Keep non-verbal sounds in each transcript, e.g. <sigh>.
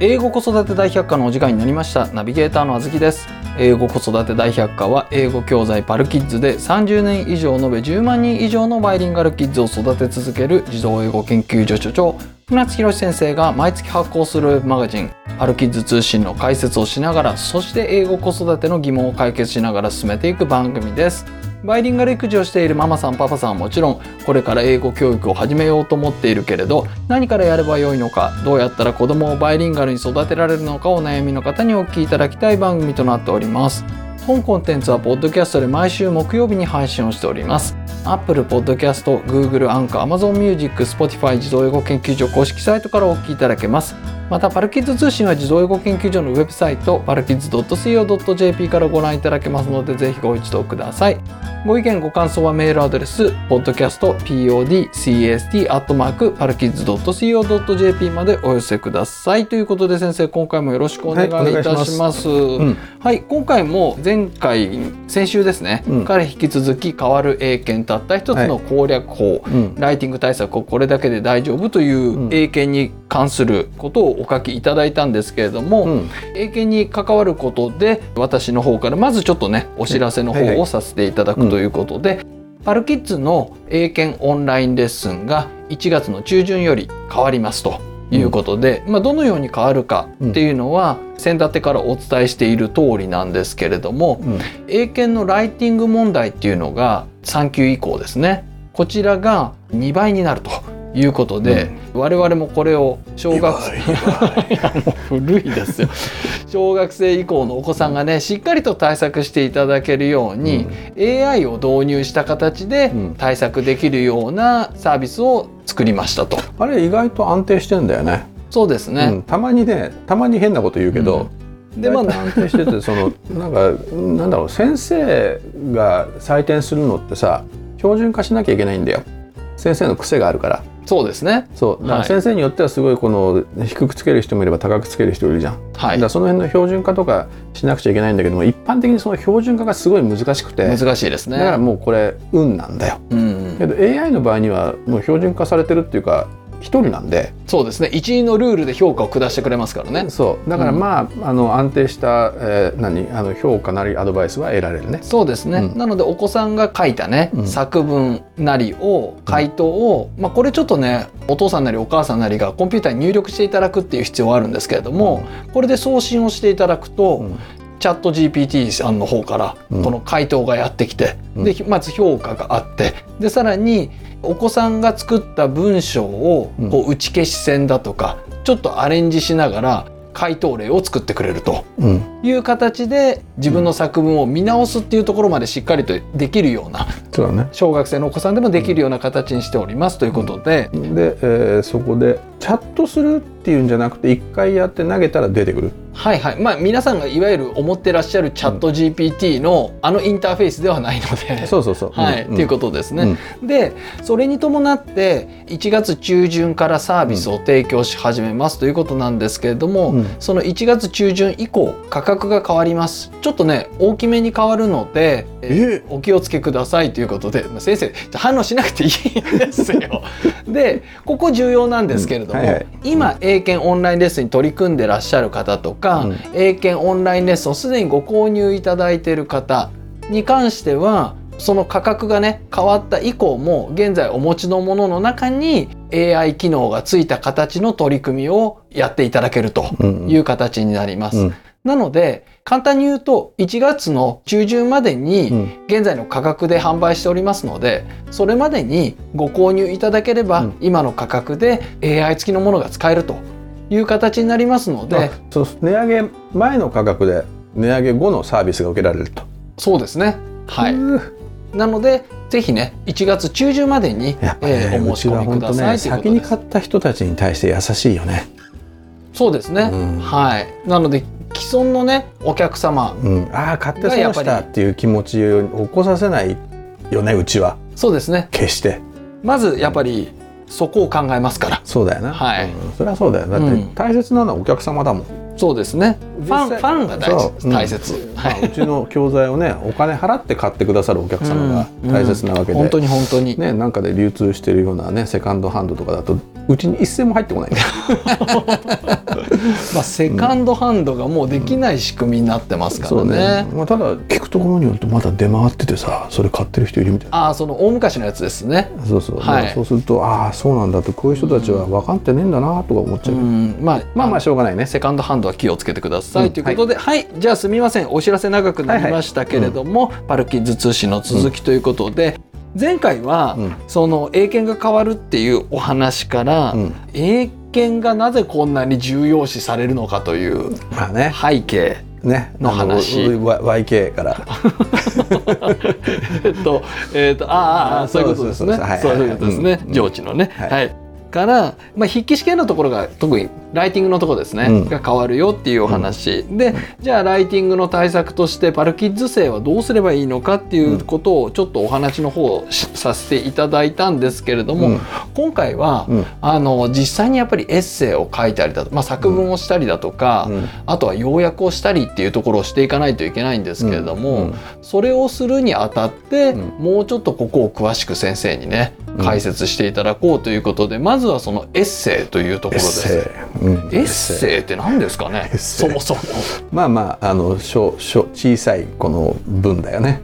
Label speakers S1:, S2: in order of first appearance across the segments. S1: 英語子育て大百科のお時間になりましたナビゲーターのあずきです英語子育て大百科は英語教材パルキッズで30年以上延べ10万人以上のバイリンガルキッズを育て続ける児童英語研究所所長船津博先生が毎月発行するウェブマガジンパルキッズ通信の解説をしながらそして英語子育ての疑問を解決しながら進めていく番組ですバイリンガル育児をしているママさんパパさんはもちろんこれから英語教育を始めようと思っているけれど何からやればよいのかどうやったら子供をバイリンガルに育てられるのかお悩みの方にお聞きいただきたい番組となっております本コンテンツはポッドキャストで毎週木曜日に配信をしております Apple Podcast、Google、Anchor、Amazon Music、Spotify 自動英語研究所公式サイトからお聞きいただけますまたパルキッズ通信は自動英語研究所のウェブサイトパルキッズ .co.jp からご覧いただけますのでぜひご一読くださいご意見、ご感想はメールアドレス、podcast.podcast.co.jp までお寄せください。ということで先生、今回もよろしくお願いい
S2: はいお願
S1: た
S2: いします
S1: します。はい、
S2: ん
S1: 今回も前回、先週ですね、
S2: うん
S1: から引き続き変わる英検たった一つの攻略法、
S2: うん
S1: ライティング対策をこれだけで大丈夫という
S2: うん
S1: 英検に関することをお書きいただいたんですけれども、
S2: うん
S1: 英検に関わることで私の方からまずちょっとねお知らせの
S2: はいは
S1: 方を
S2: い
S1: させていただくということで、パルキッズの英検オンラインレッスンが1月の中旬より変わりますということで、まあ、どのように変わるかっていうのは、先立てからお伝えしている通りなんですけれども、
S2: うん
S1: 英検のライティング問題っていうのが3級以降ですねこちらが2倍になるということで、我々もこれを小学生いやもう古いですよ小学生以降のお子さんがねしっかりと対策していただけるように、AI を導入した形で
S2: うん
S1: 対策できるようなサービスを作りましたと。
S2: あれ意外と安定してんだよね
S1: そうです
S2: う
S1: ね、
S2: ん、たまにねたまに変なこと言うけど、
S1: うんで
S2: で
S1: まあ
S2: まあ安定しててその <laughs> なんかなんだろう先生が採点するのってさ標準化しなきゃいけないんだよ先生の癖があるから
S1: <laughs> そうですね。
S2: そうだか
S1: は
S2: ら
S1: い
S2: 先生によってはすごいこの低くつける人もいれば高くつける人いるじゃん、
S1: は
S2: だ
S1: い
S2: から、その辺の標準化とかしなくちゃいけないんだけども一般的にその標準化がすごい難しくて、
S1: 難しいですね。
S2: だからもうこれ運なんだよ
S1: うん、
S2: けど AI の場合にはもう標準化されてるっていうか一人なんで、
S1: そうですね。一位のルールで評価を下してくれますからね。
S2: そうだからまあ,、あの安定した、えー何あの評価なりアドバイスは得られるね。
S1: そうですね、
S2: うん
S1: なのでお子さんが書いたね、
S2: うん
S1: 作文なりを回答を、まあ、これちょっとねお父さんなりお母さんなりがコンピューターに入力していただくっていう必要はあるんですけれども、これで送信をしていただくと、
S2: うん
S1: チャット GPT さんの方から
S2: うん
S1: この回答がやってきて、
S2: うん
S1: でまず評価があってでさらにお子さんが作った文章を
S2: うん
S1: こう打ち消し線だとかちょっとアレンジしながら回答例を作ってくれると。
S2: うん、
S1: いう形で自分の作文を見直すっていうところまでしっかりとできるような
S2: そうだね
S1: 小学生のお子さんでもできるような形にしておりますということで、
S2: で、えーそこでチャットするっていうんじゃなくて一回やって投げたら出てくる
S1: はいはいまあ皆さんがいわゆる思ってらっしゃるチャット GPT のあのインターフェースではないので。
S2: そうそうそう。
S1: はい、っていう
S2: と
S1: ことですね。でそれに伴って1月中旬からサービスを提供し始めますということなんですけれども、
S2: うん
S1: その1月中旬以降価格が変わりますちょっとね大きめに変わるのでえお気をつけくださいということでまあ先生反応しなくていいんです
S2: <laughs>
S1: よ。でここ重要なんですけれども、
S2: うんはいはい
S1: 今英検オンラインレッスンに取り組んでらっしゃる方とか、
S2: うん
S1: 英検オンラインレッスンをすでにご購入いただいている方に関してはその価格がね変わった以降も現在お持ちのものの中に AI 機能がついた形の取り組みをやっていただけると
S2: うん
S1: いう形になります。
S2: うん
S1: なので簡単に言うと1月の中旬までに
S2: うん
S1: 現在の価格で販売しておりますのでそれまでにご購入いただければ、
S2: うん
S1: 今の価格で AI 付きのものが使えるという形になりますの
S2: あ
S1: で
S2: そう値上げ前の価格で値上げ後のサービスが受けられると。
S1: そうですねはい、
S2: うー
S1: なのでぜひね1月中旬までに、
S2: やっぱ
S1: え
S2: ね、
S1: ーお申
S2: うち
S1: し
S2: は
S1: 込み
S2: 本
S1: くだ
S2: 当
S1: さい
S2: ね、
S1: というこ
S2: 先
S1: と
S2: に
S1: です
S2: 買った人たちに対して優しいよね。
S1: そうですね、
S2: うん
S1: はいなので既存のねお客様
S2: うん、ああ買って
S1: がや
S2: 損
S1: っぱり
S2: したっていう気持ちを起こさせないよねうちは
S1: そうですね
S2: 決して
S1: まずやっぱりそこを考えますから
S2: そうだよな、
S1: はい
S2: うんそれはそうだよだっ
S1: うん
S2: て大切なのはお客様だもん、
S1: そうですねファンフ
S2: 実際
S1: ァンが大
S2: そ
S1: 事
S2: ううん
S1: 大切、は
S2: まあう
S1: い
S2: ちの教材をねお金払って買ってくださるお客様が大切なわけで、
S1: うん本当に本当に、
S2: ね、なんかで流通してるようなねセカンドハンドとかだとうちに一銭も入ってこないんだよ
S1: まあ、セカンドハンドがもうできない仕組みになってますからね。
S2: まあ、ただ聞くところによるとまだ出回っててさそれ買ってる人いるみたいな
S1: ああその大昔のやつですね。
S2: そうそう、
S1: はい
S2: だからそうするとああそうなんだってこういう人たちは分かってねえんだなとか思っちゃ
S1: う
S2: う、
S1: んまあ
S2: まあまあしょうがないね
S1: セカンドハンドは気をつけてください、
S2: うん
S1: ということではい、じゃあすみませんお知らせ長くなりましたけれども、パルキッズ通信の続きということで、前回は、
S2: うん
S1: その英検が変わるっていうお話から、
S2: うん
S1: 英検がなぜこんなに重要視されるのかという
S2: まあね
S1: 背景
S2: ね
S1: の話
S2: あの Y- YK から
S1: えっと、えっと、あーあーあー、そういうことですね
S2: そうそう。
S1: そ
S2: そうう
S1: いうことですね
S2: は。いうん
S1: 上智のね。
S2: はい
S1: はい。から、まあ、筆記試験のところが特にライティングのところですね、
S2: うん
S1: が変わるよっていうお話、でじゃあライティングの対策としてパルキッズ生はどうすればいいのかっていうことをちょっとお話の方をしさせていただいたんですけれども、
S2: うん
S1: 今回は、
S2: うん
S1: あの実際にやっぱりエッセイを書いたりだとか、まあ、作文をしたりだとか、
S2: うん
S1: あとは要約をしたりっていうところをしていかないといけないんですけれども、
S2: うんうん
S1: それをするにあたって、
S2: うん
S1: もうちょっとここを詳しく先生にね
S2: うん
S1: 解説していただこうということで、まずはそのエッセイというところで
S2: エッ
S1: す。
S2: セイ、うん
S1: エッセイって何ですかね
S2: エッセ
S1: そ
S2: イ
S1: もそも
S2: まあまああの小小小さいこの文だよね、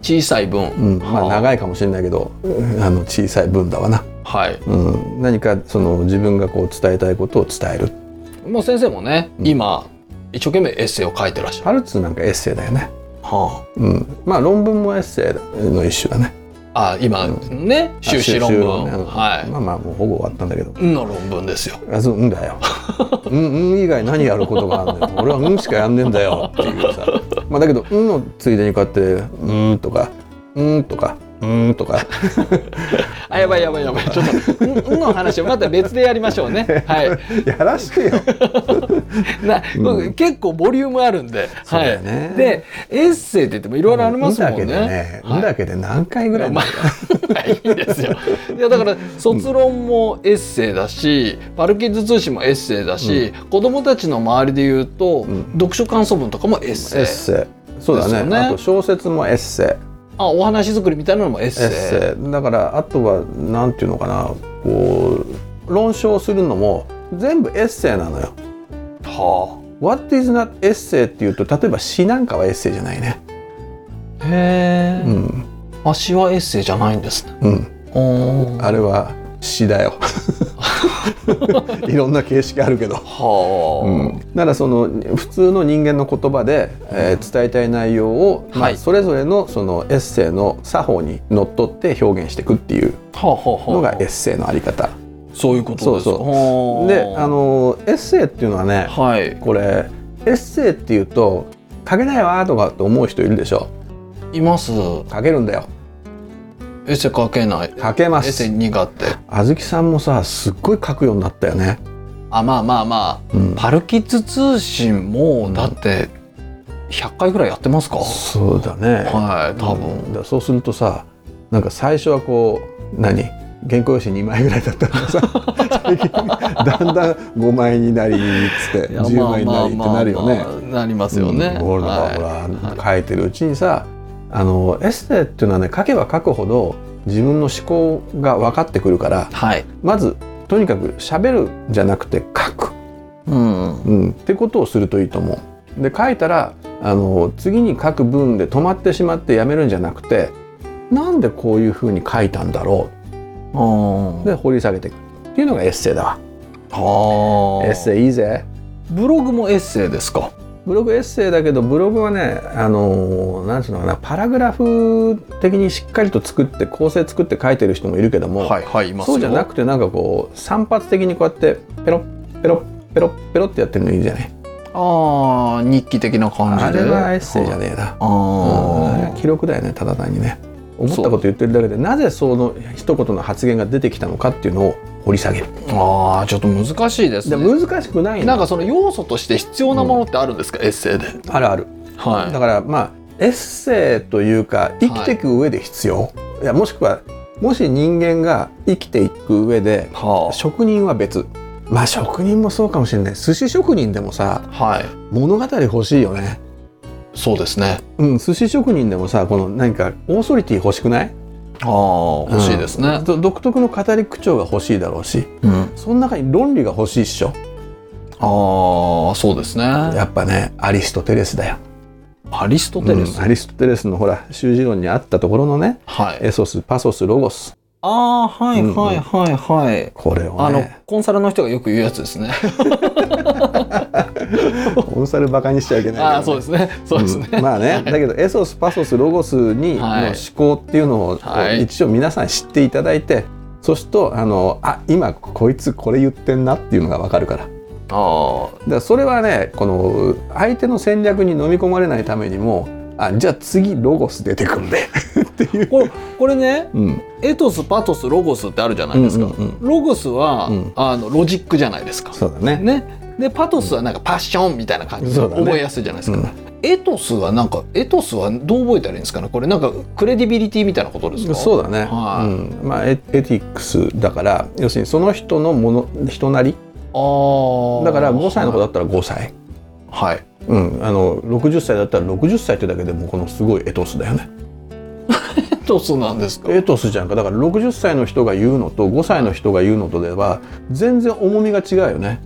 S1: 小さい分、
S2: うん、まあ
S1: は
S2: 長いかもしれないけどうんあの小さい文だわな、
S1: はい
S2: うん、何かその自分がこう伝えたいことを伝える
S1: もう先生もね、
S2: うん
S1: 今一生懸命エッセイを書いてらっしゃる、
S2: ハルツなんかエッセイだよね、
S1: は
S2: うん、まあ論文もエッセイの一種だね
S1: あ、あ今ね修士論文、
S2: ね
S1: はい、
S2: まあまあもうほぼ終わったんだけど
S1: の論文ですよ
S2: あそううんだ <laughs> ようんうん以外何やることがあるんだよ俺はうんしかやんねえんだよっていうさまあだけどうんのついでにこうやってうんとかうんとかうんとか
S1: あやばいやばいやばいちょっとんんの話をまた別でやりましょう
S2: <laughs>
S1: ねはい
S2: <laughs> やらしてよ
S1: な、
S2: うん
S1: 結構ボリュームあるんで、
S2: そう
S1: は
S2: だよ
S1: い
S2: ね
S1: でエッセイって言ってもいろいろありますもんね
S2: うんだけでね、
S1: はい
S2: うんだけで何回ぐらい
S1: まあいいですよいやだから卒論もエッセイだし、パルキッズ通信もエッセイだし、子供たちの周りで言うと、
S2: ん
S1: 読書感想文とかもエッセイ
S2: エッセイそうだ
S1: ですよ
S2: ね
S1: ね
S2: あと小説もエッセ
S1: あお話作りみたいなのもエッ
S2: イ
S1: セイ
S2: エッセイだからあとはなんていうのかなこう論証するのも全部エッセイなのよ。
S1: は
S2: What is not エッセイっていうと例えば詩なんかはエッセイじゃないね。
S1: あへえ、
S2: うん
S1: あ詩はエッセイじゃないんですね
S2: うん、
S1: おー
S2: あれは詩
S1: <laughs>
S2: だよ。いろんな形式あるけど。
S1: はあ、
S2: うん、ならその普通の人間の言葉で、えー伝えたい内容を、まあ
S1: はい
S2: それぞれのそのエッセイの作法にのっとって表現していくっていう
S1: はあはあはあ
S2: のがエッセイのあり方。
S1: そういうことです
S2: そうそう
S1: はあ
S2: であのエッセイっていうのはね
S1: はい
S2: これエッセイっていうと書けないわとかって思う人いるでしょ
S1: います
S2: 書けるんだよ
S1: エッセイ書けない
S2: 書けま
S1: エッセイ
S2: す
S1: 苦手
S2: あずきさんもさすっごい書くようになったよね、
S1: あまあまあまあ、
S2: うん
S1: パルキッズ通信もだって100回ぐらいやってますか、
S2: そうだね
S1: はい多
S2: う
S1: 分、
S2: んだからそうするとさなんか最初はこう何原稿用紙2枚ぐらいだったのがさ <laughs> 最近だんだん5枚になりっつって
S1: いや
S2: 10枚になりってなるよね。
S1: なりますよね、
S2: うんほら、
S1: は
S2: ほら書いてるうちにさあのエッセイっていうのはね書けば書くほど自分の思考が分かってくるから
S1: い、はい
S2: まずとにかく喋るじゃなくて書く、
S1: うん
S2: うん、ってことをするといいと思う。で書いたらあの次に書く文で止まってしまってやめるんじゃなくてなんでこういうふうに書いたんだろ
S1: あ
S2: うで掘り下げていくっていうのがエッセイだわ。
S1: あ
S2: エッセイいいぜ。
S1: ブログもエッセイですか
S2: ブログエッセイだけどブログはねあのーなんていうのかなパラグラフ的にしっかりと作って構成作って書いてる人もいるけども、
S1: はいはいいますよ
S2: そうじゃなくてなんかこう散発的にこうやってペロッペロッペロッペロってやってるのいいじゃない
S1: ああ日記的な感じ
S2: あ
S1: で
S2: れはエッセイじゃ
S1: ね
S2: ねえな、
S1: あ
S2: うんあれ
S1: あ
S2: は記録だよねただ単にね思ったこと言ってるだけでなぜその一言の発言が出てきたのかっていうのを掘り下げる
S1: ああちょっと難しいです
S2: で
S1: ね
S2: 難しくない
S1: な
S2: の
S1: んかその要素として必要なものってあるんですか、エッセイで。
S2: あるあるだ
S1: は
S2: からまあエッセイというか生きていく上で必要、い、やもしくはもし人間が生きていく上で
S1: い。は
S2: 職人は別まあ職人もそうかもしれない寿司職人でもさ
S1: あ。はい。
S2: 物語欲しいよね
S1: そうですね。
S2: うん寿司職人でもさこの何かオーソリティ欲しくない
S1: ああ、欲しいですね。
S2: ど独特の語り口調が欲しいだろうし
S1: うん。
S2: その中に論理が欲しいっしょ
S1: ああそうですね
S2: やっぱねアリストテレスだよ、
S1: アリストテレス、
S2: うんアリストテレスのほら習字論にあったところのね
S1: はい
S2: エソスパソスロゴス
S1: ああーはいはいはいはい、
S2: これを
S1: あの
S2: ね
S1: コンサルの人がよく言うやつですね。
S2: コンサルバカにしちゃいけないけどね
S1: ああそうですね。そうですね。
S2: うんま
S1: <laughs>
S2: あね、だけどエソスパソスロゴスにの
S1: はい
S2: 思考っていうのを
S1: はい
S2: 一応皆さん知っていただいてそうするとあのあ今こいつこれ言ってんなっていうのがわかるからだか
S1: あ
S2: らそれはねこの相手の戦略に飲み込まれないためにもあじゃあ次ロゴス出てくんで <laughs> ってい
S1: あ
S2: う。
S1: これこれね
S2: うん
S1: エトスパトスロゴスってあるじゃないですか。
S2: うんうんうん
S1: ロゴスは、
S2: うん
S1: あのロジックじゃないですか。
S2: そうだね
S1: ね。でパトスはなんかパッションみたいな感じで
S2: そうだね
S1: 覚えやすいじゃないですか。
S2: うん
S1: エトスはなんかエトスはどう覚えたらいいんですかね。これなんかクレディビリティみたいなことですか。
S2: そうだね、
S1: はい
S2: うんまあ、エエティックスだから要するにその人のもの人なり
S1: ああ。
S2: だから5歳の子だったら5歳、
S1: はい。
S2: うん、あの60歳だったら60歳ってだけでもうこのすごいエトスだよね
S1: エトスなんですか。
S2: エトスじゃんかだから60歳の人が言うのと5歳の人が言うのとでは全然重みが違うよね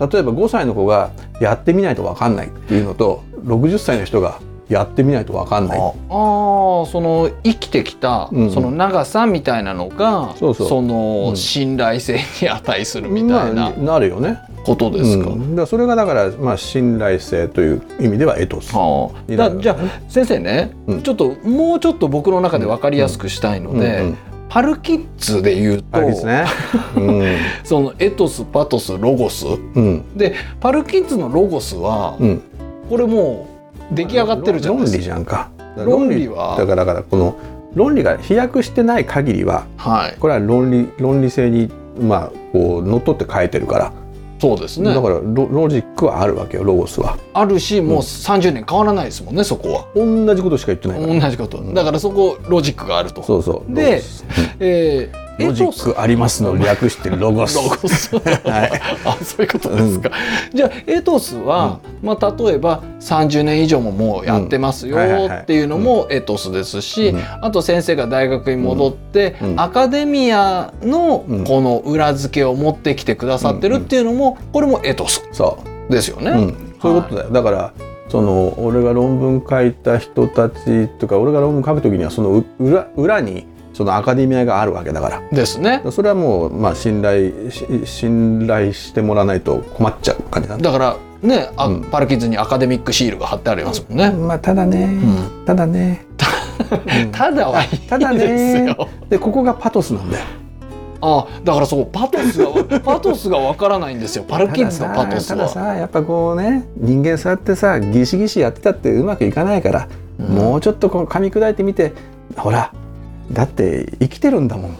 S2: 例えば5歳の子がやってみないとわかんないっていうのと60歳の人がやってみないとわかんない
S1: ああーその生きてきた、
S2: うん
S1: その長さみたいなのが
S2: そうそう
S1: の、
S2: うん
S1: 信頼性に値するみたい
S2: ま
S1: な
S2: あなるよね
S1: ことですか。
S2: うんだらそれがだから、まあ、信頼性という意味ではエトス。
S1: はあ、だじゃあ先生ね、
S2: うん
S1: ちょっともうちょっと僕の中で分かりやすくしたいので、
S2: うんうん
S1: パルキッズで言うと
S2: あれですね。
S1: そのエトスパトスロゴス
S2: うん、うん、
S1: でパルキッズのロゴスは、
S2: うん。
S1: これもう <laughs> 出来上がってるじゃない
S2: 論
S1: です
S2: 理じ
S1: か。
S2: ゃんか。
S1: 論理は
S2: だからだからこの論理が飛躍してない限りは、
S1: はい、
S2: これは論理論理性にまあこう乗っ取って書いてるから。
S1: そうですね
S2: だからロロジックはあるわけよ。ロゴスは。
S1: あるしもう30年変わらないですもんねそこは。
S2: 同じことしか言ってないから。
S1: 同じこと、
S2: うん
S1: だからそこロジックがあると
S2: そうそう。
S1: で
S2: ロゴス
S1: えー、
S2: ロジ
S1: エトス
S2: ックありますの略してロゴス。
S1: ロゴス
S2: はい。
S1: <laughs> あそういうことですか、じゃあエトスは、まあ、例えば30年以上ももうやってますよ
S2: うんはいはいはい
S1: っていうのもエトスですし、
S2: うん
S1: あと先生が大学に戻って、
S2: うんうん
S1: アカデミアの
S2: うん
S1: この裏付けを持ってきてくださってるっていうのもこれもエトス
S2: そう。
S1: ですよね。
S2: うん、そういうことだよ、だからその俺が論文書いた人たちとか俺が論文書く時にはそのう裏裏にそのアカデミアがあるわけだからだか
S1: ですね。
S2: らそれはもう、まあ、信頼し信頼してもらわないと困っちゃう感じなんだ、
S1: だからね、あ
S2: うん
S1: パルキッズにアカデミックシールが貼ってありますもんね。
S2: まあ、ただ
S1: う
S2: ね、
S1: ん
S2: ただ <laughs> ね、うん
S1: ただはいい
S2: <laughs> ただね
S1: ですよ。
S2: でここがパトスなんだよ
S1: あだからそうパトスがパトスがわからないんですよパルキッズのパトス
S2: たださ
S1: は。
S2: たださやっぱこうね人間そうやってさギシギシやってたってうまくいかないから、
S1: うん
S2: もうちょっとこう噛み砕いてみてほらだって生きてるんだもん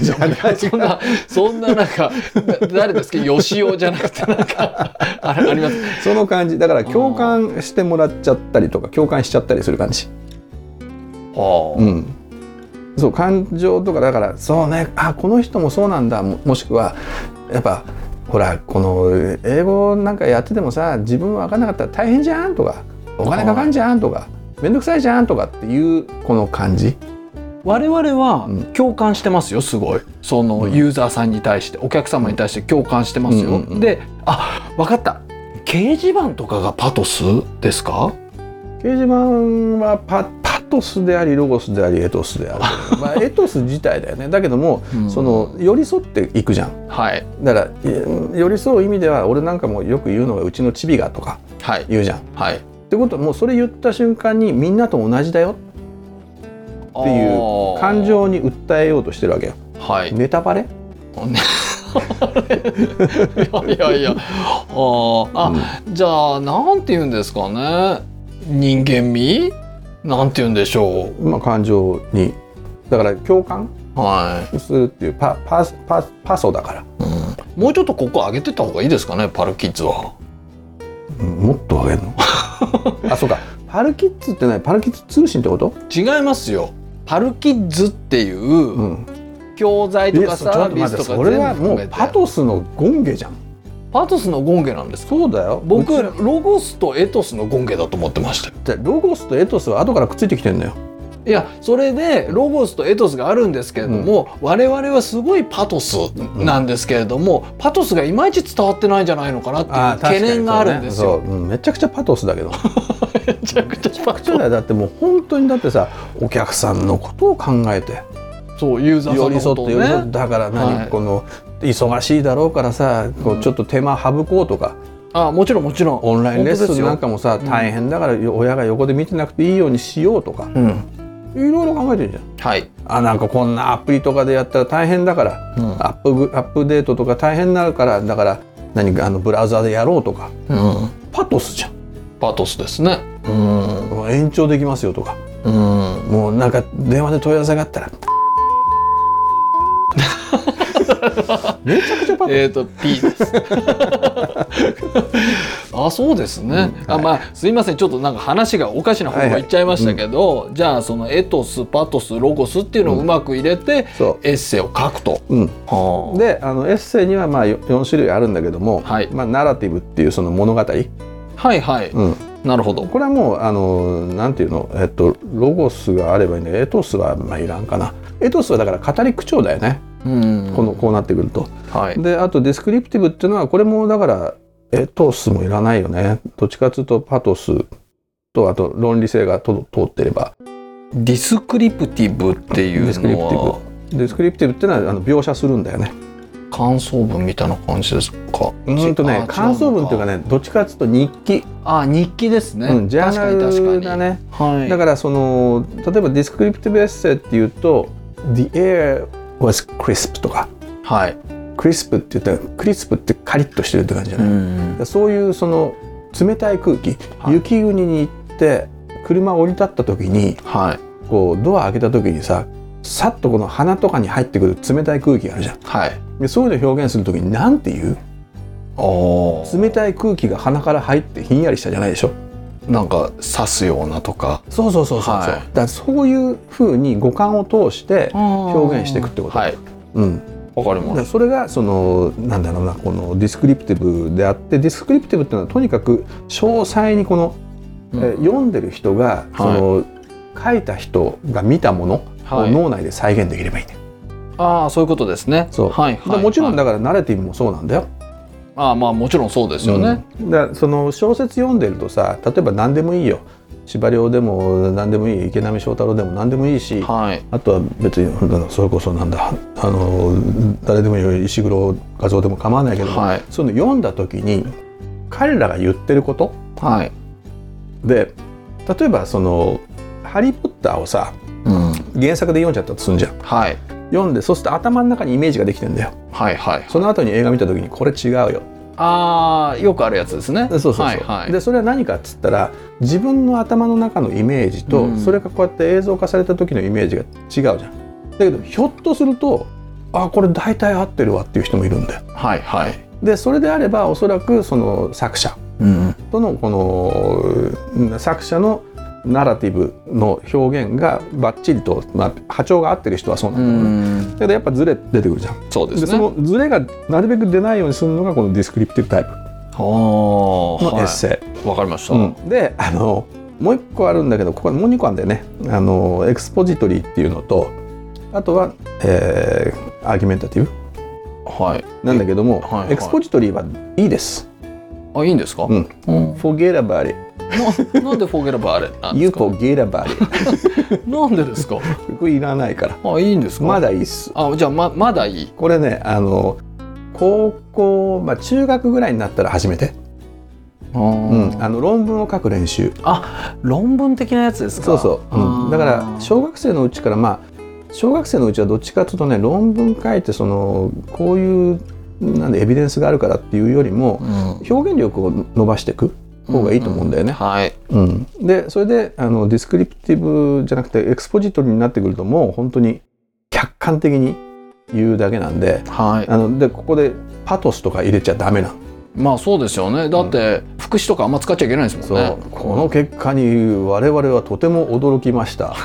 S2: じゃない
S1: そんなそんななんかだ誰ですかよしおじゃなくてなんかあれあります
S2: その感じだから共感してもらっちゃったりとか共感しちゃったりする感じ
S1: は
S2: うんそう感情とかだからそうねあこの人もそうなんだももしくはやっぱほらこの英語なんかやっててもさ自分分かんなかったら大変じゃんとかお金かかんじゃんとか面倒くさいじゃんとかっていうこの感じ
S1: 我々は
S2: うん
S1: 共感してますよすごいその
S2: うん
S1: ユーザーさんに対してお客様に対して共感してます
S2: うん
S1: よ
S2: うんうん
S1: であわかった掲示板とかがパトスですか
S2: 掲示板はパパトスでありロゴスでありエトスで <laughs> ある、まあ、エトス自体だよねだけども、
S1: うん
S2: その寄り添っていくじゃん
S1: はい
S2: だからえ寄り添う意味では俺なんかもよく言うのがうちのチビがとか
S1: はい
S2: 言うじゃん。っ
S1: はいって
S2: ことはもうそれ言った瞬間にみんなと同じだよっていう感情に訴えようとしてるわけよ。
S1: はい
S2: ネタバレ
S1: ね <laughs> いやいやいやあーあ、じゃあなんて言うんですかね人間味なんて言うんでしょ
S2: まあ感情にだから共感
S1: うは
S2: するっていうパパパパソだから、
S1: い、うんもうちょっとここ上げてった方がいいですかねパルキッズは
S2: うんもっと上げ
S1: <laughs>
S2: るのあそうかパルキッズってないパルキッズ通信ってこと、、
S1: 違いますよパルキッズっていううん教材と
S2: え
S1: か
S2: そ
S1: サ
S2: うちょ
S1: ー
S2: っと
S1: ビ
S2: 待
S1: ス
S2: って
S1: とか
S2: そ
S1: 全部
S2: れはも
S1: 含め
S2: う
S1: て
S2: パトスの権下じゃん
S1: パトスの権下なんです
S2: そうだよ
S1: 僕
S2: うち
S1: ロゴスとエトスの権下だと思ってましたよ
S2: だってロゴスとエトスは後からくっついてきてんのよ
S1: いやそれでロゴスとエトスがあるんですけれども、我々はすごいパトスなんですけれども、パトスがいまいち伝わってないんじゃないのかなっていう
S2: あー確かに
S1: 懸念があるんですよ。
S2: そうねそううんめちゃくちゃパトスだけど
S1: <laughs> めちゃくちゃパ
S2: めちゃくちゃだよだってもう本当にだってさお客さんのことを考えて
S1: そうユーザーさ
S2: 寄
S1: ん
S2: り
S1: の
S2: 添
S1: こ
S2: って
S1: とを
S2: 寄り添って
S1: ね。
S2: だから何、
S1: はい
S2: この忙しいだろうからさこうちょっと手間省こうとか、
S1: あもちろんもちろん。
S2: オンラインレッ
S1: 本当で
S2: ス
S1: す
S2: ン
S1: よ
S2: なんかもさ大変だから親が横で見てなくていいようにしようとか、
S1: うん、
S2: いろいろ考えてるじゃん。
S1: はい、
S2: あなんかこんなアプリとかでやったら大変だから、
S1: うん
S2: アップグアップデートとか大変になるからだから何かあのブラウザでやろうとか
S1: うん、
S2: パトスじゃん
S1: パトスですね。うん、
S2: もう延長できますよとか
S1: うん、
S2: もうなんか電話で問い合わせがあったらめちゃくちゃパトス、
S1: えっ、と P です。 <laughs> あ、そうですね。あ、まあすいません。ちょっとなんか話がおかしな方向行っちゃいましたけど、じゃあそのエトス、パトス、ロゴスっていうのをうまく入れて、
S2: そ
S1: エッセイを書くと。
S2: <laughs> ううん
S1: は
S2: であのエッセイにはまあよ4種類あるんだけども、
S1: はい
S2: まあ、ナラティブっていうその物語、う
S1: いはい。
S2: ん、
S1: なるほど。
S2: これはもうあのなんていうの、えっと、ロゴスがあればいいんだけどエトスはまあいらんかなエトスはだから語り口調だよね、
S1: うん。
S2: このこうなってくると。
S1: はい。
S2: であとディスクリプティブっていうのはこれもだからエトスもいらないよねどっちかというとパトスとあと論理性がと通ってれば
S1: ディスクリプティブってい
S2: ディ
S1: う
S2: スクリプ
S1: の
S2: テ
S1: は
S2: ィブディスクリプティブっていうのはあの描写するんだよね。
S1: 感想文みたいな感じですか。
S2: うーんと
S1: あ違う
S2: ね
S1: のか
S2: 感想文っていうかねどっちかというと日記、
S1: あ、日記ですね。
S2: うん、ジャーナルだね。
S1: 確かに確かに。はい。だ
S2: だ
S1: か
S2: からその例えばディスクリプティブエッセイっていうと「The air was crisp」とか
S1: らはい。
S2: 「crisp」って言ったら「クリスプ」ってカリッとしてるって感じじゃない、
S1: ん。
S2: そういうその冷たい空気、
S1: はい
S2: 雪国に行って車を降り立った時に
S1: はい。
S2: こうドア開けた時にささっとこの鼻とかに入ってくる冷たい空気があるじゃん
S1: はい。
S2: でそういうのを表現する時に何て言う
S1: おお。
S2: 冷たい空気が鼻から入ってひんやりしたじゃないでしょ
S1: なんか刺すようなとか
S2: そうそうそうそうそう、
S1: はい
S2: だからそういうふうに五感を通して表
S1: 表
S2: 現していくってこと
S1: はい。
S2: うん、
S1: わかり
S2: だ
S1: ま
S2: から
S1: す。
S2: それがそのなんだろうなこのディスクリプティブであってディスクリプティブっていうのはとにかく詳細にこの、えー読んでる人が、その書いた人が見たもの
S1: は
S2: を
S1: い
S2: 脳内で再現できればいいね。
S1: ああそういうことですね。
S2: そう
S1: はいはい。
S2: だもちろん
S1: だ。
S2: だからナレティブもそうなんだよ。
S1: ああまあもちろんそうですよね。
S2: うんだからその小説読んでるとさ例えば何でもいいよ司馬遼でも何でもいい池波正太郎でも何でもいいし、
S1: はい。
S2: あとは別にあのそれこそなんだあの誰でもいいよ石黒画像でも構わないけども、
S1: はい
S2: そういうの読んだ時に彼らが言ってること
S1: はい。
S2: で例えばその「ハリー・ポッター」をさ
S1: うん。
S2: 原作で読んじゃったとすんじゃん
S1: はい。
S2: 読んでそうすると頭の中にイメージができてんだよ
S1: はいはい。
S2: その後に映画見た時にこれ違うよ
S1: ああよくあるやつですね。
S2: そうそうそう、
S1: はいはい。
S2: でそれは何かっつったら自分の頭の中のイメージと、
S1: うん
S2: それがこうやって映像化された時のイメージが違うじゃんだけどひょっとするとあこれ大体合ってるわっていう人もいるんだよ
S1: はいはい。
S2: でそれであればおそらくその作者
S1: うん。
S2: とのこのうん作者のナラティブの表現がバッチリと、まあ、波長が合ってる人はそうなん
S1: う
S2: だろうね、
S1: ん。
S2: だけどやっぱズレ出てくるじゃん
S1: そうで
S2: で、
S1: す
S2: そ
S1: ね。
S2: のズレがなるべく出ないようにするのがこのディスクリプティブタイプ
S1: の
S2: のエッセイ、
S1: イ。わかりました。
S2: うんであのもう一個あるんだけどここにもう二個あるんだよねあのエクスポジトリーっていうのとあとは、えーアーギュメンタティブ
S1: はい。
S2: なんだけども、
S1: はいはい
S2: エクスポジトリーはいいです。
S1: あいいんですか。
S2: うん、
S1: うん。
S2: Forget about it.
S1: ななんでフォーゲラバーあれなんで
S2: You
S1: すか。
S2: forget about it.
S1: なんでですか。
S2: これいらないから。
S1: あいいんですか。
S2: まだいいっす。
S1: あじゃあままだいい。
S2: これね、あの、高校、まあ中学ぐらいになったら始めて。うん。あの、論文を書く練習。
S1: あ論文的なやつですか
S2: そうそう。うん、だから、小学生のうちから、まあ、小学生のうちはどっちかというとね、論文書いて、その、こういう、なんでエビデンスがあるからっていうよりも、表現力を伸ばしていく方がいいと思うんだよね。
S1: はい
S2: うん、でそれであのディスクリプティブじゃなくてエクスポジトリになってくるともう本当に客観的に言うだけなんで
S1: はい
S2: あのでここでパトスとか入れちゃダメなの
S1: まあそうですよねだって福祉とかあんま使っちゃいけないです
S2: そ
S1: も
S2: う、
S1: んね
S2: この結果に我々はとても驚きました
S1: <laughs>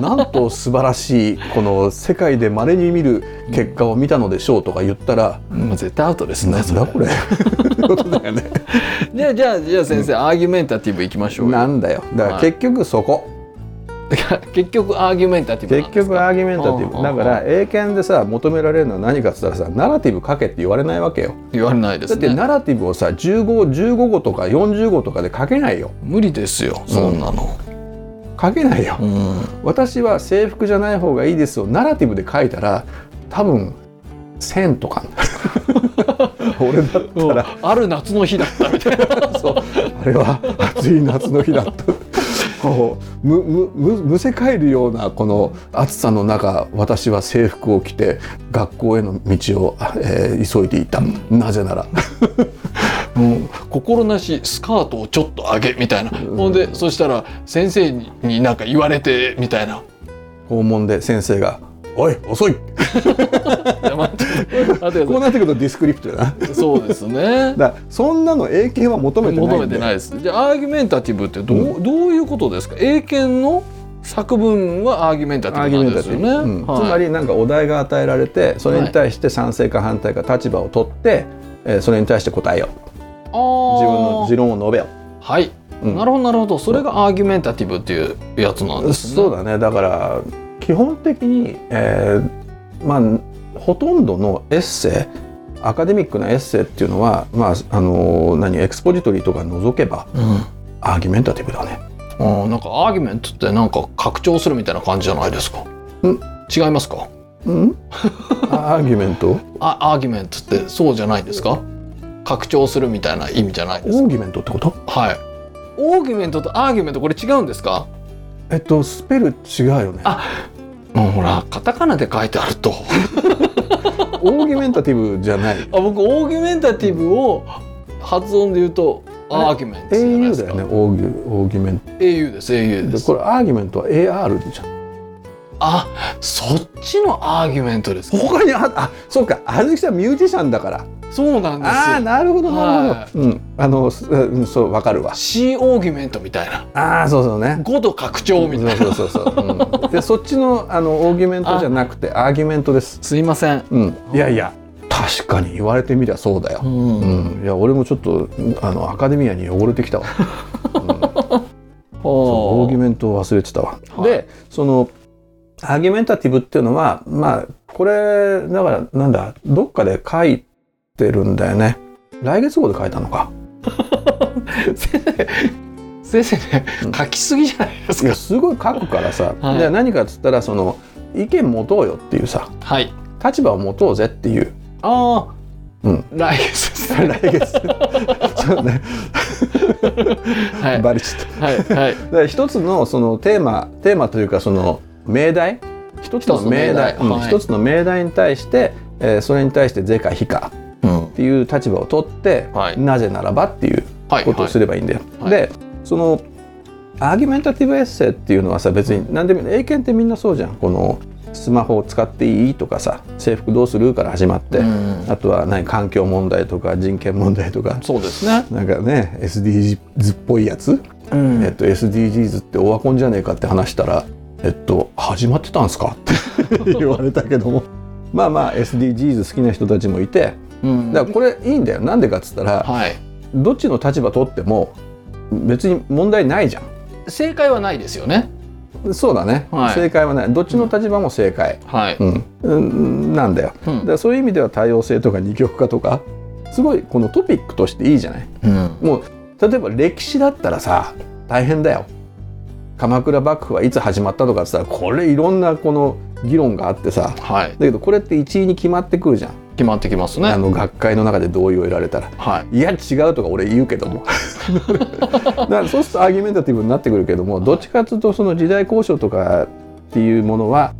S2: なんと素晴らしいこの世界でまれに見る結果を見たのでしょうとか言ったら、
S1: もう絶対アウトです
S2: な
S1: ね
S2: んだこれことだよね
S1: じゃあじゃあじゃあ先生アーギュメンタティブいきましょうよ
S2: なんだよだから結局そこ、
S1: だから <laughs> 結局アーギュメンタティブなん
S2: 結
S1: です
S2: 局
S1: か
S2: アーギュメンタティ
S1: う
S2: ブ
S1: んう
S2: だ
S1: ん
S2: から英検でさ求められるのは何かっつったらさナラティブ書けって言われないわけよ
S1: 言われないで
S2: だ
S1: す
S2: って
S1: ね
S2: ナラティブをさ1515語とか40語とかで書けないよ
S1: 無理ですよそんなの、
S2: 書けないよ
S1: うん
S2: 私は制服じゃない方がいいですをナラティブで書いたら多分1000とか <laughs> 俺だったら
S1: ある夏の日だったみたいな
S2: そう <laughs> あれは暑い夏の日だった。こうむむむむせ返るようなこの暑さの中私は制服を着て学校への道を、えー急いでいたなぜなら
S1: もう心なしスカートをちょっと上げみたいな、ほんでそしたら先生にになんか言われてみたいな
S2: 校門で先生が「おい遅い!
S1: いや待って待ってく
S2: <laughs>
S1: だ」
S2: こうなってくるとディスクリプトだなだか
S1: さいそうですね
S2: らそんなの英検は <laughs> 求めてない
S1: 求め
S2: ん
S1: て
S2: で
S1: ないですじゃあアーギュメンタティブってどう,、どういうことですか英検の作文はアーギュメンタテ
S2: ア
S1: ィ
S2: ーギ
S1: ブ
S2: ュ
S1: な
S2: メ
S1: ん
S2: ン
S1: で
S2: タ
S1: すよ
S2: テ
S1: ね、
S2: ィブ、うんつま
S1: り
S2: りなんかお題が与えられてそれに対して賛成か反対か立場を取って、えーそれに対して答えよう
S1: 自分の
S2: 自分の持論を述べよう
S1: はい、
S2: うん
S1: なるほどなるほどそれがアーギュメンタティブっていうやつなんですね
S2: そうだねだから基本的に、えーまあほとんどのエッセイアカデミックなエッセイっていうのは、まあ、あの何エクスポジトリとか除けば
S1: うん
S2: アーギュメンタティブだね。
S1: あーなんかアーギュメントってなんか拡張するみたいな感じじゃないですか
S2: ん
S1: 違いますか
S2: うん、あ <laughs> アーギュメン <laughs> ト
S1: あアーギュメントってそうじゃないですか拡張するみたいな意味じゃない
S2: オ
S1: です
S2: ーギュメントってこと
S1: かはいオーギュメントとアーギュメントこれ違うんですか
S2: えっとスペル違うよね。
S1: あもうほらカタカナで書いてあると
S2: オーギュメンタティブじゃない。
S1: あ僕オーギュメンタティブを発音で言うと
S2: あれ
S1: アーギュメントじゃないで
S2: AU
S1: す
S2: だ
S1: か
S2: よねオーギュオーギュメント
S1: au です au で
S2: ですこれアーギュメントは AR じゃん
S1: あそっちのアーギュメントですか
S2: <laughs> 他にああそうかあずきさんミュージシャンだから
S1: そうなんで
S2: ああーなるほどな
S1: は
S2: るほど、うんあのすうんそうわかるわ
S1: すよ C オーギュメントみたいな
S2: ああそうそうね。
S1: 5度拡張みたいな
S2: そうそうそうそう。 <laughs> うん、でそっちのあのオーギュメントじゃなくてアーギュメントです。
S1: すいません
S2: うん。いやいや確かに言われてみりゃそうだ
S1: う
S2: よ。
S1: ん、
S2: うん。いや俺もちょっとあのアカデミアに汚れてきたわ。 <laughs> そうオーギュメントを忘れてたわ。
S1: はい
S2: でそのアーギュメンタティブっていうのはまあこれだからなんだどっかで書いてるんだよね。来月号で書いたのか。
S1: 先生ね
S2: うん
S1: 書きすぎじゃないです
S2: い
S1: か
S2: やすごい書くからさ。
S1: はい
S2: で何かっつったらその意見持とうよっていうさ
S1: はい
S2: 立場を持とうぜっていう。
S1: ああ
S2: うん <laughs>
S1: 来月ですね
S2: 来月 <laughs> そうね
S1: はい
S2: バレちゃった
S1: はいはい
S2: だから一つのそのテーマテーマというかその命題一つの命題
S1: 一つの命題
S2: うん
S1: はい
S2: 一つの命題に対して、えーそれに対して是か非か
S1: うん
S2: っていう立場を取って、
S1: はい
S2: なぜならばっていう
S1: はい
S2: ことをすればいいんだよ。
S1: はい
S2: でそのアーギュメンタティブエッセイっていうのはさ別に何でも英検ってみんなそうじゃんこのスマホを使っていいとかさ制服どうするから始まって、
S1: うん
S2: あとは何環境問題とか人権問題とか
S1: そうですね
S2: なんかね SDGs っぽいやつ、
S1: うん
S2: えっと、SDGs ってオワコンじゃねえかって話したら「えっと始まってたんすか?」って言われた
S1: <laughs>
S2: けどもまあまあ SDGs 好きな人たちもいて
S1: うん
S2: だからこれいいんだよなんでかっつったら
S1: はい
S2: どっちの立場取っても別に問題ないじゃん
S1: 正解はないですよね
S2: そうだね、
S1: はい
S2: 正解はないどっちの立場も正解、
S1: はい、
S2: うんうんなんだよ、
S1: うん
S2: だからそういう意味では多様性とか二極化とかすごいこのトピックとしていいじゃない
S1: うん
S2: もう例えば歴史だったらさ大変だよ鎌倉幕府はいつ始まったとかってさこれいろんなこの議論があってさだ
S1: はい
S2: けどこれって一位に決まってくるじゃん、
S1: 決まってきますね
S2: あの学会の中で同意を得られたら。
S1: はい
S2: いや違うとか俺言うけども <laughs> だからそうするとアーギュメンタティブになってくるけどもどっちかというとその時代交渉とかっていうものは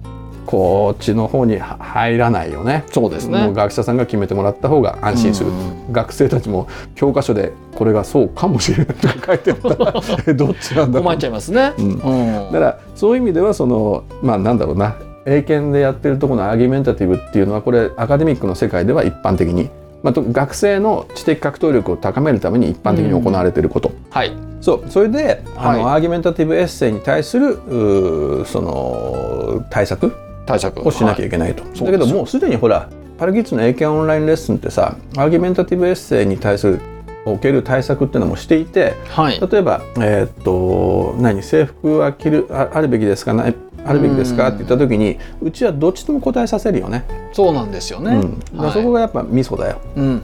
S2: こっちの方には入らないよね
S1: そうです
S2: もう
S1: ね
S2: 学者さんが決めてもらった方が安心する、
S1: うん
S2: 学生たちも教科書でこれがそうかもしれない
S1: <laughs>
S2: とか書いてあったらえどっちなんだろ
S1: 困
S2: う
S1: っちゃいますね
S2: うん
S1: うん
S2: だからそういう意味ではそのまあなんだろうな英検でやってるとこのアーギュメンタティブっていうのはこれアカデミックの世界では一般的に、まあ、と学生の知的格闘力を高めるために一般的に行われていること、
S1: はい
S2: そうそれであの、
S1: は
S2: アーギュメンタティブエッセイに対するうーその対策
S1: 対策
S2: をしなきゃ
S1: はい
S2: いけないと、
S1: そう
S2: だけど
S1: ですよ
S2: もうすでにほらパルキッズの英検オンラインレッスンってさアーギュメンタティブエッセイに対するおける対策っていうのもしていて
S1: はい
S2: 例えば、えーっと何制服は着るああるべきですかないあるべきです
S1: う
S2: か
S1: ん
S2: って言った時にうちはどっちとも答えさせるよね。
S1: そうなんですよね、
S2: うん、だからそこがやっぱミソだよ。
S1: うんうん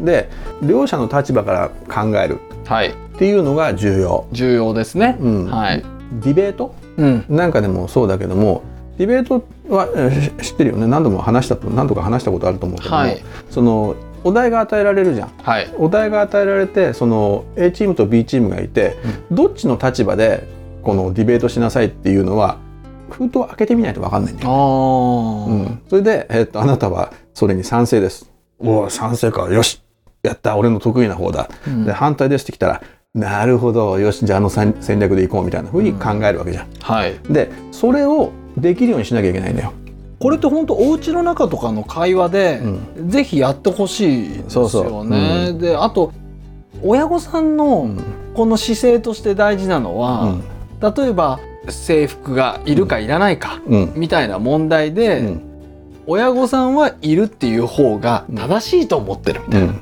S1: うん
S2: で両者の立場から考える
S1: はい
S2: っていうのが重要。
S1: 重要ですね、
S2: うん
S1: はい、
S2: ディベート
S1: うん、
S2: なんかでもそうだけどもディベートはえーし知ってるよね何度も話したと何度か話したことあると思うけども、
S1: はい
S2: そのお題が与えられるじゃん。
S1: はい
S2: お題が与えられてその A チームと B チームがいて、どっちの立場でこのディベートしなさいっていうのは封筒を開けてみないと分かんないんだ
S1: あ
S2: よ。
S1: あ、
S2: うん、それで、えっとあなたはそれに賛成です。おお賛成かよしやった俺の得意な方だ。
S1: うん
S2: で反対ですってきたらなるほどよしじゃああの戦戦略でいこうみたいな風に考えるわけじゃん。
S1: はい
S2: でそれをできるようにしなきゃいけないんだよ。
S1: これって本当お家の中とかの会話で、ぜひやってほしいですよね
S2: そうそうう
S1: であと親御さんの
S2: ん
S1: この姿勢として大事なの
S2: う
S1: は、
S2: ん
S1: 例えば制服がいるかいらないか、
S2: うん
S1: みたいな問題
S2: う
S1: で、
S2: ん
S1: 親御さんはいるっていう方が正しいと思ってるみ
S2: う
S1: たい
S2: ん
S1: な。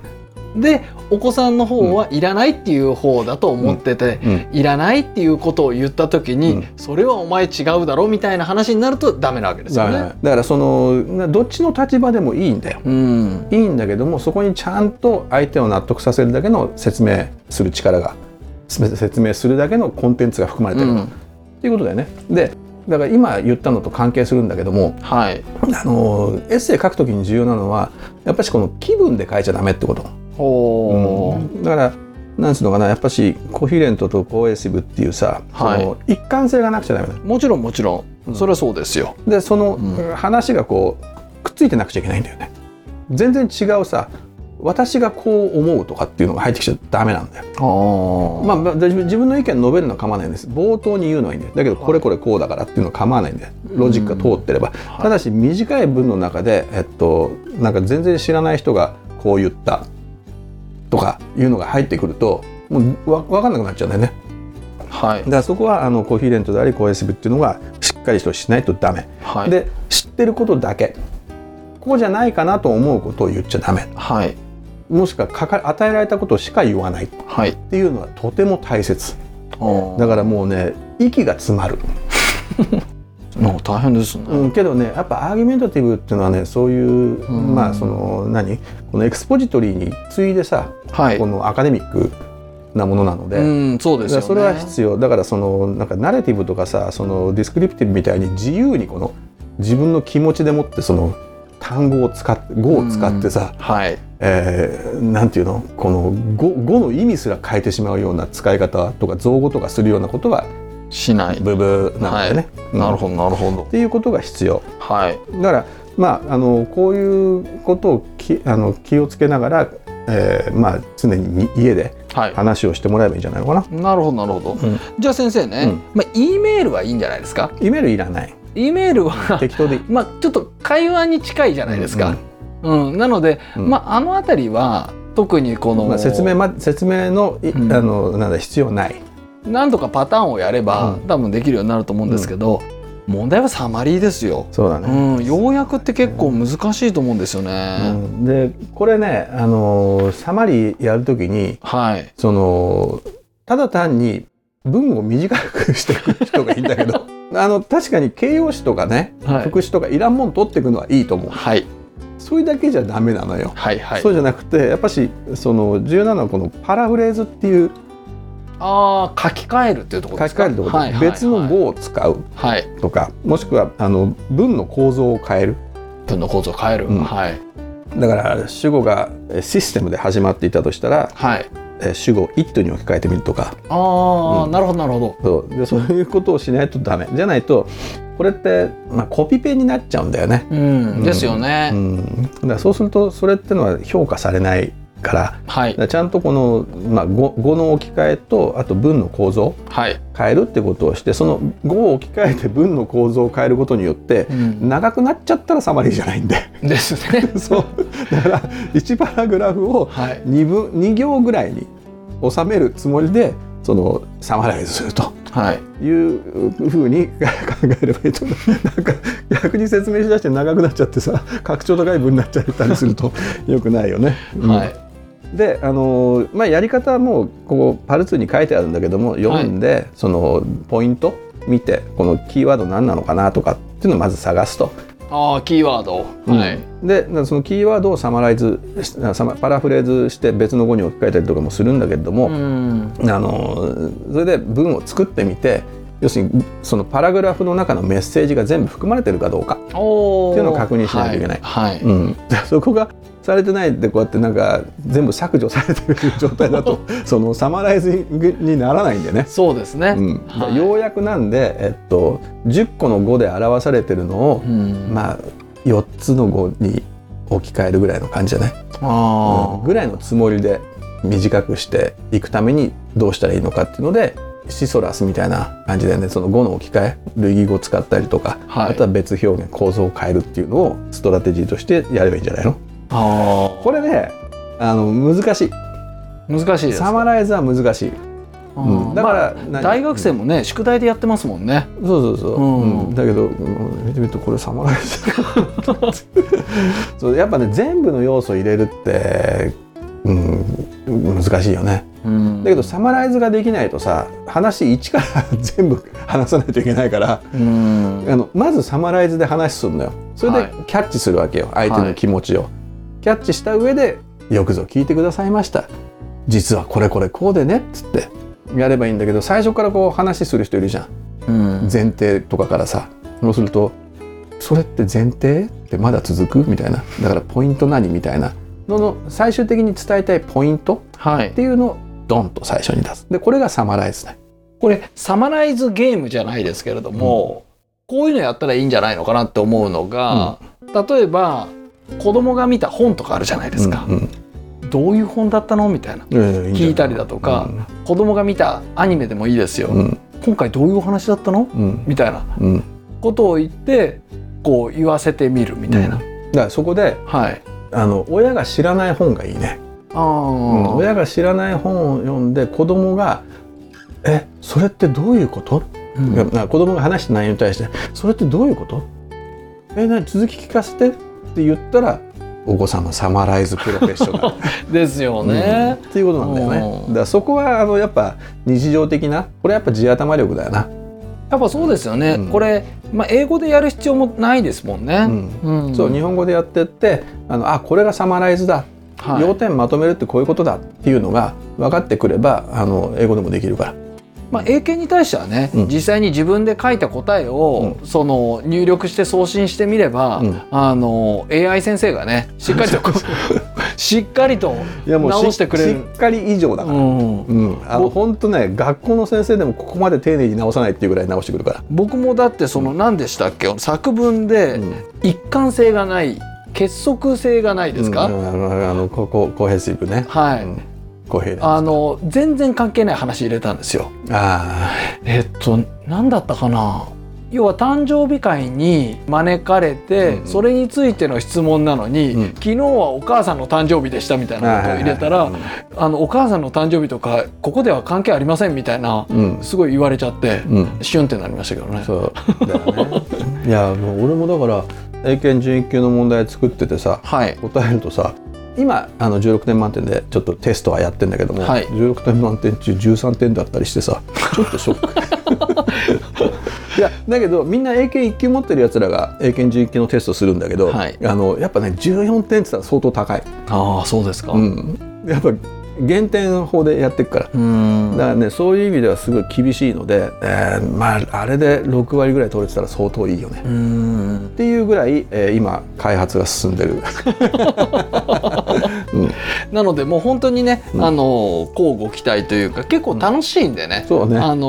S1: でお子さんの方はいらないっていう方だと思ってて、
S2: うん
S1: いらないっていうことを言った時に、
S2: うん
S1: それはお前違うだろみたいな話になるとダメなわけですよ
S2: だ
S1: ね。
S2: からだからそのなどっちの立場でもいいんだよ。
S1: うん、
S2: いいんだけどもそこにちゃんと相手を納得させるだけの説明する力がせ説明するだけのコンテンツが含まれてる、
S1: うん
S2: っていうことだよね。でだから今言ったのと関係するんだけども
S1: はい
S2: あのエッセイ書くときに重要なのはやっぱしこの気分で書いちゃダメってこと。
S1: ほう、
S2: だからなんつうのかなやっぱしコヒレントとコーエシブっていうさ、
S1: はい
S2: その一貫性がなくちゃダメだ
S1: もちろんもちろん、それはそうですよ。
S2: でその
S1: う
S2: 話がこうくっついてなくちゃいけないんだよね全然違うさ私がこう思うとかっていうのが入ってきちゃダメなんだよ、
S1: あ
S2: まあ、まあ自分自分の意見述べるのは構わないんです冒頭に言うのはいいんだよだけどこれこれこうだからっていうのは構わないんだよロジックが通ってれば、ただし短い文の中で、えっと、なんか全然知らない人がこう言ったとかいうのが入ってくるともうわ分かんなくなっちゃうんだよね
S1: はい
S2: だからそこはあのコヒーレントでありコーエシブっていうのがしっかりとしないとダメ
S1: はい
S2: で知ってることだけこうじゃないかなと思うことを言っちゃダメ
S1: はい
S2: もしくはかか与えられたことしか言わないっ
S1: はい
S2: ていうのはとても大切
S1: お
S2: だ
S1: ー
S2: からもうね息が詰まる、
S1: なんか大変ですね。
S2: うん、けどねやっぱアーギュメンタティブっていうのはねそういう、
S1: うん
S2: まあその何このエクスポジトリーに次いでさ、
S1: はい
S2: このアカデミックなものなので、
S1: うんそうですよ
S2: だから
S1: ね。
S2: それは必要だからそのなんかナレティブとかさそのディスクリプティブみたいに自由にこの自分の気持ちでもってその単語を使って語を使ってさ、
S1: はい
S2: えーなんていうのこの語語の意味すら変えてしまうような使い方とか造語とかするようなことは
S1: しない。
S2: ブブーなんだよね。うん
S1: なるほどなるほど
S2: っ。ていうことが必要。
S1: はい
S2: だからまああのこういうことをきあの気をつけながら、えーまあ常に家で
S1: はい。
S2: 話をしてもらえばいいんじゃないのかな。
S1: なるほどなるほど、
S2: ん
S1: じゃあ先生ね、
S2: うん
S1: まあ、E メールはいいんじゃないですか
S2: イメールいらない。
S1: E メールは <laughs>
S2: 適当でいい。
S1: まあちょっと会話に近いじゃないですか、うんなので、
S2: うん
S1: まああの辺りは特にこの、
S2: まあ、説明ま説明のい、
S1: うん
S2: あのなんだ必要ない。
S1: なんとかパターンをやれば、
S2: うん
S1: 多分できるようになると思うんですけど、問題はサマリーですよ、
S2: そうだ
S1: う
S2: ね。
S1: ん、要約って結構難しいと思うんですよね、
S2: うんでこれねあのーサマリーやるときに
S1: はい
S2: そのただ単に文を短くしていく人がいいんだ
S1: <laughs>
S2: けどあの確かに形容詞とかね
S1: はい
S2: 副詞とかいらんもん取っていくのはいいと思う。
S1: はい
S2: それだけじゃダメなのよ。
S1: はいはい
S2: そうじゃなくてやっぱしその重要なのはこのパラフレーズっていう
S1: ああ書き換えるっていうところで
S2: 書き
S1: すか
S2: 換えるってこと、
S1: はいはいはい
S2: 別の語を使う
S1: はい
S2: とかもしくはあの文の構造を変える
S1: 文の構造を変える、
S2: うん
S1: はい
S2: だから主語がえーシステムで始まっていたとしたら
S1: はい
S2: えー主語を it に置き換えてみるとか
S1: ああ、
S2: うん
S1: なるほどなるほど
S2: そうでそういうことをしないとダメじゃないとこれって、まあ、コピペになっちゃうんだよね。
S1: うん、ですよね、
S2: うん、だからそうするとそれってのは評価されないから
S1: は
S2: だ
S1: い
S2: からちゃんとこの、まあ、語語の置き換えとあと文の構造を
S1: はい、
S2: 変えるってことをしてその語を置き換えて文の構造を変えることによって長くなっちゃったらサマリーじゃないんで <laughs>
S1: ですね <laughs>
S2: そうだから1パラグラフを
S1: はい
S2: 2, 分2行ぐらいに収めるつもりでそのサマライズすると
S1: はい
S2: いうふうに <laughs> 考えればいいと思うなんか逆に説明 <laughs> しだして長くなっちゃってさ拡張高い文になっちゃったりするとよくないよね。うん
S1: はい、
S2: であのーまあ、やり方はもうここパル2に書いてあるんだけども読んで、そのポイント見てこのキーワード何なのかなとかっていうのをまず探すと。
S1: ああキーワード、はい
S2: でなそのキーワードをサマライズしサマパラフレーズして別の語に置き換えたりとかもするんだけれども、
S1: うん
S2: あのそれで文を作ってみて要するにそのパラグラフの中のメッセージが全部含まれてるかどうか、
S1: おー
S2: っていうのを確認しないといけない
S1: はい、はい <laughs>
S2: うん、そこがされてないでこうやってなんか全部削除されてる状態
S1: <laughs>
S2: だとそのサマライズにならないんでね、
S1: そうですね、
S2: うん
S1: はい
S2: ようやくなんで、えっと、10個の語で表されてるのを
S1: う、ん
S2: まあ4つの語に置き換えるぐらいの感じじゃない
S1: あ
S2: ぐらいのつもりで短くしていくためにどうしたらいいのかっていうのでシソラスみたいな感じでねその語の置き換え類義語を使ったりとか、
S1: はい
S2: あとは別表現構造を変えるっていうのをストラテジーとしてやればいいんじゃないの
S1: ああ
S2: これねあの難しい
S1: あ難しいです
S2: サマライズは難しい、うん
S1: だ
S2: だか
S1: からら、
S2: 何
S1: 大学生もね宿題でやってますもんね
S2: そうそうそう、
S1: うん
S2: うんだけど、うん見てみるとこれサマライズ <laughs> そうやっぱね全部の要素を入れるって、うん、難しいよね
S1: うん
S2: だけどサマライズができないとさ話一から全部 <laughs> 話さないといけないから
S1: うん
S2: あのまずサマライズで話すんだよそれでキャッチするわけよ、相手の気持ちを、キャッチした上で「よくぞ聞いてくださいました実はこれこれこうでね」っつってやればいいんだけど最初からこう話する人いるじゃん
S1: うん
S2: 前提とかからさそうすると「それって前提ってまだ続く?」みたいなだからポイント何みたいなのの最終的に伝えたいポイント
S1: はい
S2: っていうのをドンと最初に出すでこれがサマライズね
S1: これサマライズゲームじゃないですけれども、こういうのやったらいいんじゃないのかなって思うのが、例えば子供が見た本とかあるじゃないですか、
S2: うんうん
S1: どういう本だったのみたいな聞いたりだとか子供が見たアニメでもいいですよ、
S2: うん
S1: 今回どういうお話だったの
S2: うん
S1: みたいな
S2: うん
S1: ことを言ってこう言わせてみるみたいな、
S2: だからそこで
S1: はい
S2: あの親が知らない本がいいね、
S1: あ
S2: うん
S1: あ
S2: 親が知らない本を読んで子供が「えそれってどういうこと
S1: うん
S2: いやな子供が話した内容に対して「それってどういうことえ」なに続き聞かせてって言ったらお子様サマライズプロフェッショナル
S1: ですよね、
S2: って <laughs> いうことなんだよね。
S1: うん
S2: だからそこはあのやっぱ日常的なこれやっぱ地頭力だよな。
S1: やっぱそうですよね、
S2: うん
S1: これ、まあ、英語でやる必要もないですもん
S2: う
S1: ね、
S2: ん
S1: うん
S2: そう日本語でやってってあのあこれがサマライズだ、
S1: はい
S2: 要点まとめるってこういうことだっていうのが分かってくればあの英語でもできるから。
S1: まあ、英検に対してはね、
S2: うん
S1: 実際に自分で書いた答えを、その入力して送信してみれば、
S2: うん
S1: あの AI 先生がねしっかりと <laughs> しっかりと
S2: いやもう
S1: 直してくれ
S2: し
S1: る。
S2: っかり以上だ
S1: う
S2: から。
S1: ん
S2: うん、あの
S1: ぼ
S2: 本当ね学校の先生でもここまで丁寧に直さないっていうぐらい直してくるから。
S1: 僕もだってその何でしたっけ作文で
S2: うん
S1: 一貫性がない結束性がないですか、
S2: うんあのあのここコーヘシブね。
S1: はい、
S2: うんコーヘイあ
S1: あの全然関係ない話入れたんですよ。
S2: あ
S1: えっと何だったかな要は誕生日会に招かれて、
S2: うん
S1: それについての質問なのに、
S2: うん
S1: 昨日はお母さんの誕生日でしたみたい
S2: ー
S1: なことを入れたら、
S2: はいはいはい
S1: あのお母さんの誕生日とかここでは関係ありませんみたいな、
S2: うん
S1: すごい言われちゃって、
S2: うんうん
S1: シュンってなりましたけどね。
S2: そうだよ <laughs> ねいやもう俺もだから英検準一級の問題作っててさ
S1: はい、
S2: 答えるとさ今あの16点満点でちょっとテストはやってんだけども、
S1: はい
S2: 16点満点中13点だったりしてさちょっとショッ
S1: <laughs>
S2: クいやだけどみんな英検1級持ってるやつらが英検準一級のテストするんだけど、
S1: はい
S2: あのやっぱね14点って言ったら相当高い、
S1: ああそうですか。
S2: うん、やっぱ減点法でやってくから
S1: うん
S2: だからねそういう意味ではすごい厳しいので、えーまああれで6割ぐらい取れてたら相当いいよね。
S1: うん
S2: っていうぐらい、えー今開発が進んでる。うん、
S1: なのでもう本当にね、
S2: うん
S1: あの乞うご期待というか結構楽しいんでね、
S2: そうね。
S1: あの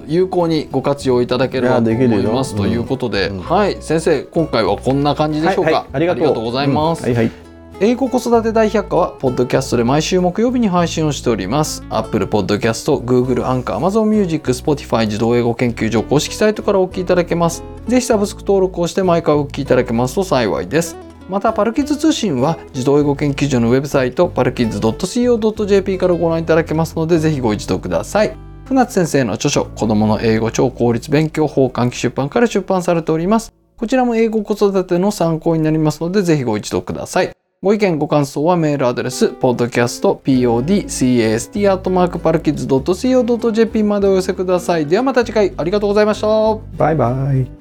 S1: ー有効にご活用いただければ
S2: いや
S1: と
S2: できる
S1: 思
S2: よ
S1: いますということで、
S2: うんうん
S1: はい先生今回はこんな感じでしょうか、
S2: はいはいありがとう
S1: ございます、
S2: うんはいはい。
S1: 英語子育て大百科はポッドキャストで毎週木曜日に配信をしております Apple Podcast、Google アンカー、Amazon Music、Spotify 自動英語研究所公式サイトからお聞きいただけますぜひサブスク登録をして毎回お聞きいただけますと幸いですまたパルキッズ通信は自動英語研究所のウェブサイトパルキッズ .co.jp からご覧いただけますのでぜひご一読ください船津先生の著書子供の英語超効率勉強法換気出版から出版されておりますこちらも英語子育ての参考になりますのでぜひご一読くださいご意見ご感想はメールアドレス podcastpodcast.co.jp までお寄せくださいではまた次回ありがとうございました
S2: バイバイ。